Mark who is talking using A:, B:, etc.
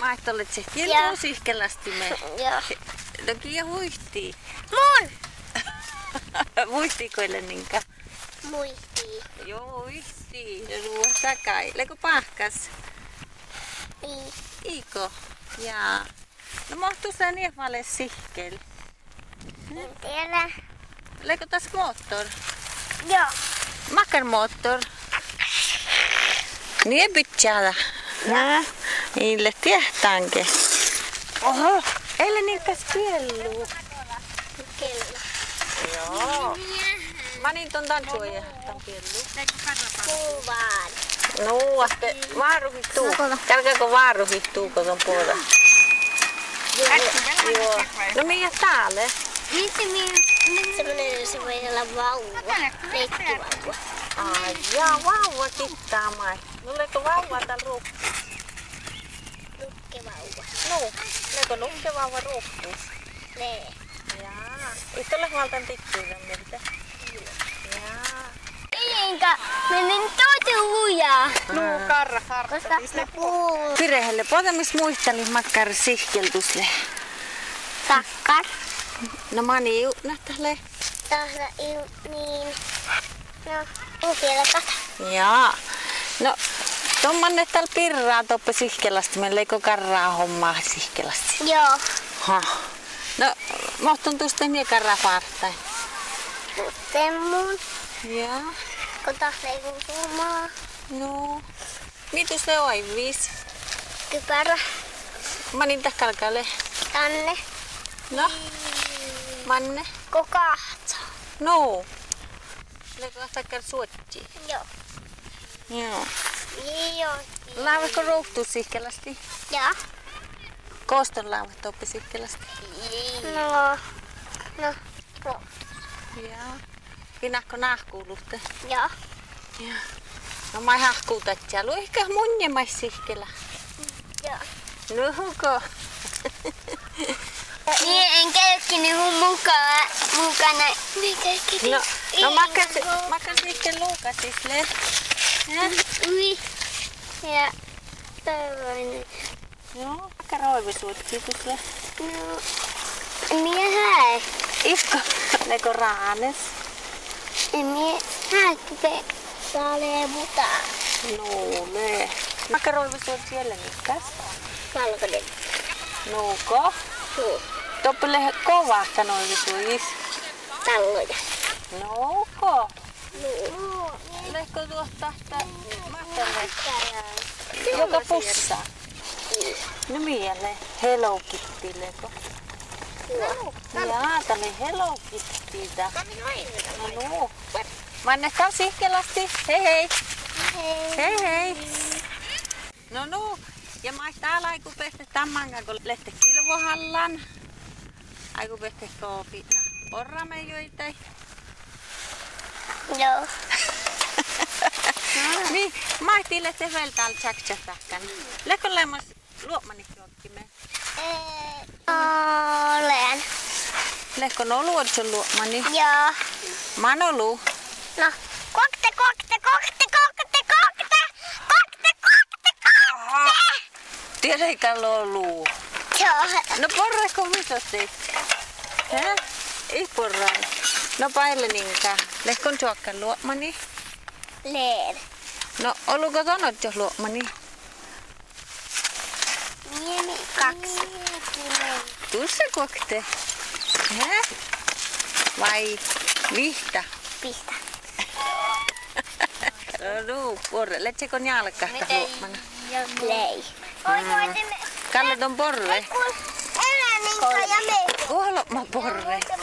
A: maihtolle tsehtiä
B: Joo.
A: tuosi ihkelästi me.
B: Joo.
A: No kyllä huihtii.
B: Mun!
A: Huihtiikoille niinkä.
B: Muistii.
A: Joo, huihtii. Ruoan takai. Leku pahkas.
B: Niin.
A: Iko. Jaa. No mahtuu sä niin valle sihkel.
B: En tiedä.
A: Leku taas moottor.
B: Joo.
A: Makan moottor. Niin pitkällä. Ja. Niille tiehtäänkin. Oho. Eilen niinkäs kielluu.
B: Kyllä.
A: Joo. Mä niin ton tanssuoja. Tän kielluu.
B: Kuvaan.
A: No, että vaaruhittuu.
B: Nukuna.
A: Kälkääkö vaaruhittuu, kun on puolella? Joo. No minä täällä.
B: Semmoinen se voi olla vauva. Leikkivauva.
A: Ai, jaa, vauva kittaa mai. Tuleeko vauva tän ruukku?
B: Nukkevauva.
A: No, tuleeko nukke vauva ruukku?
B: Nee.
A: Jaa. Itselle valtan tikkuisen miltä. Jaa.
B: Enkä menen tosi lujaa.
C: Nuu karra karra.
B: Koska ne puhuu
A: Pirehelle potamis muisteli makkar sihkeltusle.
B: takkar.
A: No mani ju, nähtäle.
B: Tahda il, niin. No, en tiedä kata.
A: Jaa. No, tommanne täällä pirraa toppe sihkelasti, me leiko karraa hommaa sihkelasti.
B: Joo.
A: Ha. No, mahtun tuosta miekarra partain.
B: Mutta mun,
A: Joo.
B: kun tahda ei kun suomaa.
A: No. Mitu se on viis?
B: Kypärä.
A: Mä niin kalkale.
B: Tänne.
A: No. Manne.
B: Kun kahta.
A: No. Leko takkar suotti.
B: Joo.
A: Joo.
B: Joo.
A: Laavako rouktu sihkelästi?
B: Ja.
A: Kooston laavat oppi sihkelästi.
B: No. No. No.
A: Joo. Vinahko nahkuulutte?
B: Ja.
A: Joo. No mä hahkuu tätsä. Luihka munne mä sihkelä.
B: Ja.
A: Nuhuko?
B: Niin, en käyttänyt mun mukaan, mukana. Niin, kaikki.
A: No, no mä käsin, mä käsin sitten Eh? luukasisle.
B: Ui. Ja. Toivoinen.
A: Joo, aika roivisuutki kyllä.
B: No. Mie häi.
A: Isko, leko raanes.
B: En mie häi tätä. Salee muta.
A: No me. Aika roivisuutki siellä mikäs.
B: Valkoinen.
A: Nuuko.
B: Suu.
A: Toppele kova sanoivisuus.
B: Talloja. No,
A: Nuuko.
B: Joo.
A: Leko tuosta mahtalle. Joka pussa. No miele. Hello Kitty leko. Jaa, tää oli Hello Kittytä. No nuu. Manne taas sihkelästi. Hei hei.
B: Hei.
A: Hei hei! No no, ja mä täällä aiku peste tämän kanssa, kun lehti kilvohallan. Aiku peste koopina. Porramme joita.
B: Joo.
A: Niin, mä ehtiin lehti vielä täällä tsäk tsäkän. Lekko lemmas luomani juokkime.
B: Olen.
A: Lekko no luotsen luomani.
B: Joo.
A: Mä oon ollut.
B: No. Kokte, kokte, kokte, kokte, kokte. Kokte, kokte, kokte.
A: Tiedäkään ollut.
B: Joo.
A: No porrako mitä teit? Hä? Ei porran. No paille niinkään. Lekkon juokkan luomani.
B: Leen.
A: No, oliko sanot jos luomani?
B: Niemi.
A: Kaksi. Tuossa kokte. Hä? Vai vihta?
B: Pistä.
A: Ruu, porre. Letseko jalka luomani?
B: Play. Oi, oi, te me.
A: Kalle ton porre.
B: Kun elää niin ja me.
A: Kuolema porre.